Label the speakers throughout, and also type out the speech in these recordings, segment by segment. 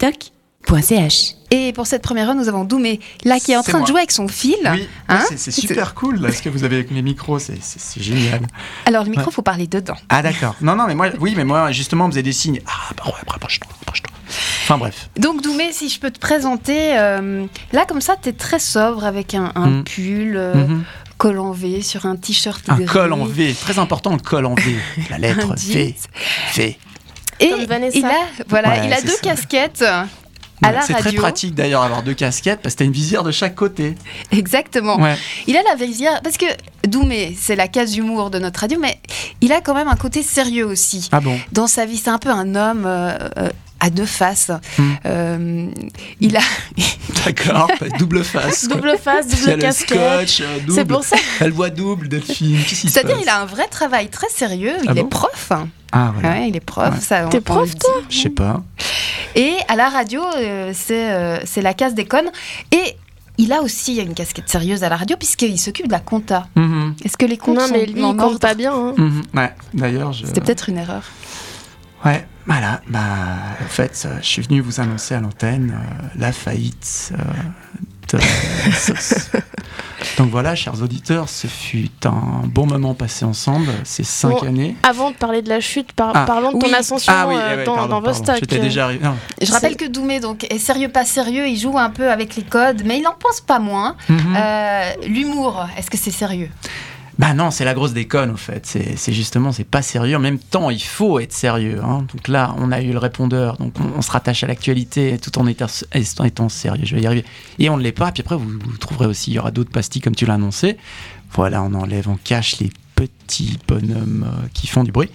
Speaker 1: radiovostok.ch.
Speaker 2: Et pour cette première heure, nous avons Doumé, là, qui est en
Speaker 3: C'est
Speaker 2: train de
Speaker 3: moi.
Speaker 2: jouer avec son fil.
Speaker 3: Oui,
Speaker 2: Hein
Speaker 3: c'est- c'est super cool là, ce que vous avez avec mes micros, c'est- c'est c'est génial.
Speaker 2: Alors, le micro, faut parler dedans.
Speaker 3: Ah d'accord. Non, non, mais moi, oui, mais moi, justement, on me faisait des signes. Ah, bah ouais, approche-toi, approche-toi. Enfin bref.
Speaker 2: Donc, Doumé, si je peux te présenter, euh, là, comme ça, t'es très sobre avec un, un
Speaker 3: Mm.
Speaker 2: pull, euh,
Speaker 3: Mhm.
Speaker 2: col en V, sur un t-shirt
Speaker 3: Un
Speaker 2: gris.
Speaker 3: col en V, très important le col en V. La lettre
Speaker 2: Un
Speaker 3: V.
Speaker 2: jeans.
Speaker 3: V.
Speaker 2: Et
Speaker 4: Comme Vanessa.
Speaker 2: il a, voilà,
Speaker 3: Ouais,
Speaker 2: il a
Speaker 3: c'est
Speaker 2: deux
Speaker 3: ça.
Speaker 2: casquettes euh, à la
Speaker 3: C'est très
Speaker 2: radio.
Speaker 3: pratique d'ailleurs avoir deux casquettes parce que t'as une visière de chaque côté.
Speaker 2: Exactement.
Speaker 3: Ouais.
Speaker 2: Il a la visière, parce que Doumé, c'est la case humour de notre radio, mais il a quand même un côté sérieux aussi.
Speaker 3: Ah bon
Speaker 2: Dans sa vie, c'est un peu un homme euh, euh, à deux faces.
Speaker 3: Mm.
Speaker 2: Euh, il a
Speaker 3: D'accord, bah, double face. quoi.
Speaker 4: Double face,
Speaker 3: Il y a
Speaker 4: double
Speaker 3: le
Speaker 4: casquette.
Speaker 3: scotch, euh,
Speaker 4: C'est
Speaker 3: double.
Speaker 4: pour ça.
Speaker 3: Elle voit double, Delphine. Qu'est-ce qui se
Speaker 2: C'est-à-dire,
Speaker 3: passe
Speaker 2: il a un vrai travail très sérieux.
Speaker 3: Ah
Speaker 2: il est
Speaker 3: bon
Speaker 2: prof. hein.
Speaker 3: Ah voilà.
Speaker 2: Ouais, il est prof.
Speaker 3: Ouais.
Speaker 2: ça, on-
Speaker 4: T'es
Speaker 2: on
Speaker 4: prof,
Speaker 2: le dit.
Speaker 4: toi
Speaker 3: Je sais pas.
Speaker 2: Et à la radio, euh, c'est euh, c'est la case des connes. Et il a aussi une casquette sérieuse à la radio, puisqu'il s'occupe de la compta.
Speaker 3: Mhm,
Speaker 2: Est-ce que les comptes
Speaker 4: Non,
Speaker 2: sont
Speaker 4: mais lui,
Speaker 2: en
Speaker 4: il
Speaker 2: ordre
Speaker 4: compte pas bien. hein.
Speaker 3: mhm. Ouais, d'ailleurs, je.
Speaker 2: C'était peut-être une erreur.
Speaker 3: Ouais, voilà, bah, en fait, euh, je suis venu vous annoncer à l'antenne euh, la faillite euh, de la sauce. Donc voilà, chers auditeurs, ce fut un bon moment passé ensemble, ces cinq
Speaker 4: Bon,
Speaker 3: années.
Speaker 4: Avant de parler de la chute, par-
Speaker 3: Ah,
Speaker 4: parlons Oh. de ton
Speaker 2: oui.
Speaker 4: ascension euh,
Speaker 3: eh
Speaker 4: dans,
Speaker 3: pardon,
Speaker 4: dans vos
Speaker 3: pardon,
Speaker 4: stocks.
Speaker 3: J'étais déjà arrivé. non.
Speaker 2: Je rappelle que Doumé donc, est sérieux, pas sérieux. Il joue un peu avec les codes, mais il n'en pense pas moins.
Speaker 3: Mhm.
Speaker 2: Euh, L'humour, est-ce que c'est sérieux
Speaker 3: Bah non, c'est la grosse déconne en fait. C'est c'est justement, c'est pas sérieux. En même temps, il faut être sérieux. hein. Donc là, on a eu le répondeur, donc on, on se rattache à l'actualité tout en étant, étant- étant sérieux. Je vais y arriver. Et on ne l'est pas. Puis après, vous, vous trouverez aussi, il y aura d'autres pastilles comme tu l'as annoncé. Voilà, on enlève, on cache les petits bonhommes euh, qui font du bruit.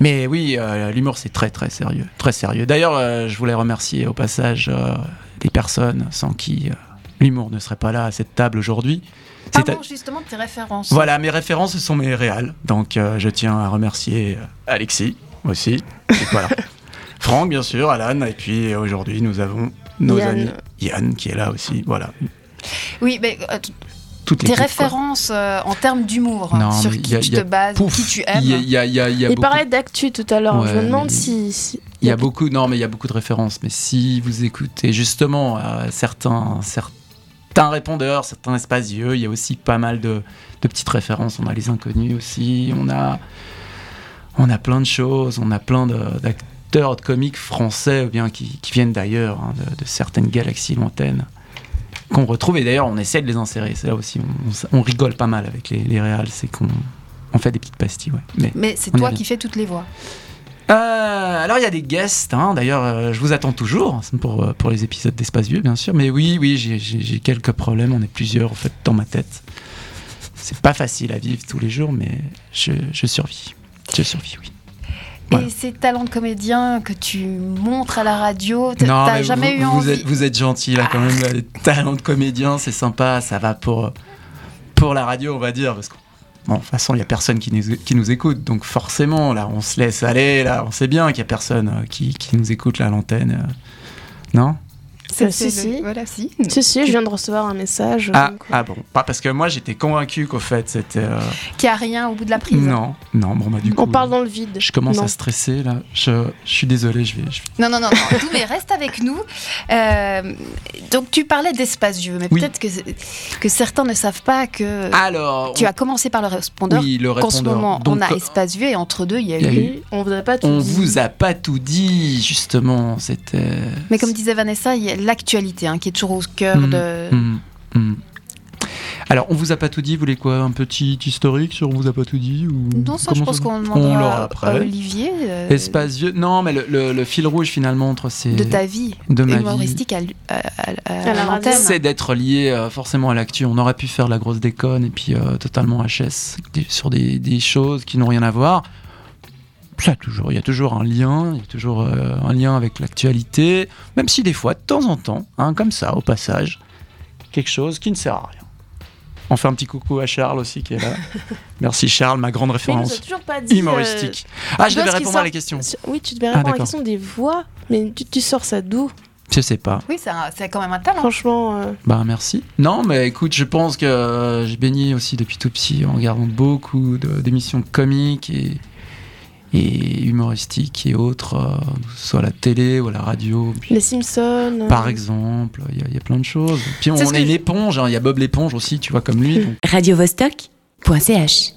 Speaker 3: Mais oui, euh, l'humour c'est très très sérieux, très sérieux. D'ailleurs, euh, je voulais remercier au passage euh, les personnes sans qui euh, l'humour ne serait pas là à cette table aujourd'hui. C'est à-
Speaker 2: Parlons justement de tes références.
Speaker 3: voilà, mes références ce sont mes réals. Donc euh, je tiens à remercier euh, Alexis aussi. Et voilà. Franck, bien sûr, Alan. Et puis euh, aujourd'hui, nous avons nos
Speaker 4: Yann.
Speaker 3: amis. Yann qui est là aussi. Voilà.
Speaker 2: Oui, mais euh,
Speaker 3: Toutes les
Speaker 2: tes références euh, en termes d'humour, hein,
Speaker 3: Non,
Speaker 2: sur
Speaker 3: mais
Speaker 2: qui
Speaker 3: y a-
Speaker 2: tu
Speaker 3: y a-
Speaker 2: te bases,
Speaker 3: Pouf,
Speaker 2: qui tu aimes.
Speaker 3: Il y a, il y a- il y a- il y a
Speaker 4: Il
Speaker 3: beaucoup,
Speaker 4: parlait d'actu tout à l'heure. je
Speaker 3: Ouais,
Speaker 4: me demande
Speaker 3: mais-
Speaker 4: si. si-
Speaker 3: il y a beaucoup- Non, mais il y a beaucoup de références. Mais si vous écoutez justement euh, certains, certains répondeurs, certains espacieux, il y a aussi pas mal de, de petites références. On a les inconnus aussi. On a, on a plein de choses. On a plein de- d'acteurs de comiques français ou bien qui, qui viennent d'ailleurs, hein, de, de certaines galaxies lointaines qu'on retrouve. Et d'ailleurs, on essaie de les insérer. C'est là aussi, on, on s- on rigole pas mal avec les, les réals. C'est qu'on on fait des petites pastilles. Ouais. Mais
Speaker 2: Mais c'est
Speaker 3: On y
Speaker 2: toi
Speaker 3: revient.
Speaker 2: qui fais toutes les voix.
Speaker 3: euh, alors il y a des guests, hein. d'ailleurs euh, je vous attends toujours pour, euh, pour les épisodes d'Espace Vieux bien sûr, mais oui oui j'ai- j'ai j'ai quelques problèmes, on est plusieurs en fait dans ma tête. C'est pas facile à vivre tous les jours mais je, je survis, je survis oui. Voilà.
Speaker 2: Et ces talents de comédien que tu montres à la radio, t-
Speaker 3: Non,
Speaker 2: t'as
Speaker 3: mais
Speaker 2: jamais
Speaker 3: vous,
Speaker 2: eu
Speaker 3: vous
Speaker 2: envie.
Speaker 3: Êtes, vous êtes gentil là quand même, là, les talents de comédien, c'est sympa, ça va pour, pour la radio on va dire. Parce que, bon, de toute façon, il n'y a personne qui nous, qui nous écoute, donc forcément, là on se laisse aller, là on sait bien qu'il n'y a personne euh, qui, qui nous écoute là à l'antenne. euh. Non
Speaker 2: Ça,
Speaker 4: Bah, Si,
Speaker 2: c'est le-
Speaker 4: si.
Speaker 2: Voilà, si.
Speaker 4: Si, si, je viens de recevoir un message.
Speaker 3: ah,
Speaker 4: donc, euh,
Speaker 3: ah bon, pas parce que moi j'étais convaincu qu'au fait c'était... euh,
Speaker 2: Qui a rien au bout de la prise.
Speaker 3: Non, non, bon bah du coup...
Speaker 4: on parle dans le vide.
Speaker 3: Je commence
Speaker 4: Non.
Speaker 3: à stresser là, je, je suis désolé, je vais... je vais-
Speaker 2: Non, non, non, non. Doumé, reste avec nous. Euh, donc, tu parlais d'espace vieux, mais
Speaker 3: Oui.
Speaker 2: peut-être que, que certains ne savent pas que
Speaker 3: Alors...
Speaker 2: Euh, tu
Speaker 3: on-
Speaker 2: as commencé par le répondeur.
Speaker 3: oui, le
Speaker 2: Qu'en ce
Speaker 3: répondeur.
Speaker 2: moment,
Speaker 3: Donc,
Speaker 2: on a
Speaker 3: euh,
Speaker 2: espace vieux et entre deux, il y a
Speaker 3: il y a
Speaker 2: eu.
Speaker 3: eu-
Speaker 4: Oui, on vous a pas tout
Speaker 3: On
Speaker 4: dit.
Speaker 3: vous a pas tout dit, justement. C'était.
Speaker 2: Mais comme disait Vanessa, il y a l'actualité hein, qui est toujours au cœur
Speaker 3: Mhm.
Speaker 2: de.
Speaker 3: Hmm, hmm. Alors, on vous a pas tout dit. Vous voulez quoi Un petit historique sur on vous a pas tout dit ou
Speaker 2: Non, ça, je
Speaker 3: comment
Speaker 2: pense
Speaker 3: va
Speaker 2: qu'on
Speaker 3: On l'aura
Speaker 2: demandera
Speaker 3: après.
Speaker 2: à Olivier euh,
Speaker 3: Espace vieux. Non, mais le, le- le fil rouge finalement entre ces
Speaker 2: de ta vie
Speaker 3: de ma vie.
Speaker 2: humoristique à, lui- à- à- à
Speaker 4: À la
Speaker 2: l'antenne.
Speaker 4: radio.
Speaker 3: c'est d'être lié euh, forcément à l'actu. On aurait pu faire la grosse déconne et puis euh, totalement HS des- sur des, des choses qui n'ont rien à voir. Là, toujours, il y a toujours un lien, il y a toujours euh, un lien avec l'actualité, même si des fois, de temps en temps, hein, comme ça, au passage, quelque chose qui ne sert à rien. On fait un petit coucou à Charles aussi qui est là. Merci Charles, ma grande
Speaker 4: Mais il nous a
Speaker 3: référence
Speaker 4: toujours pas dit. euh,
Speaker 3: humoristique. Ah, je
Speaker 4: d'où
Speaker 3: devais
Speaker 4: est-ce qu'il
Speaker 3: répondre à
Speaker 4: sort
Speaker 3: la question.
Speaker 4: sur- Oui, tu devais répondre à la
Speaker 3: d'accord.
Speaker 4: question des voix. Mais tu, tu sors ça d'où
Speaker 3: Je sais pas.
Speaker 2: Oui, c'est un- c'est quand même un talent.
Speaker 4: Franchement. euh,
Speaker 3: Bah merci. Non, mais écoute, je pense que euh, j'ai baigné aussi depuis tout petit en regardant beaucoup de- d'émissions comiques et, et humoristiques et autres, euh, soit à la télé ou à la radio. Puis,
Speaker 4: Les Simpsons. euh,
Speaker 3: Par exemple, il y, a- il y a plein de choses. Puis on,
Speaker 2: C'est ce
Speaker 3: on
Speaker 2: que
Speaker 3: a une
Speaker 2: je-
Speaker 3: éponge, hein, il y a Bob l'éponge aussi, tu vois, comme lui. donc
Speaker 1: radiovostok.ch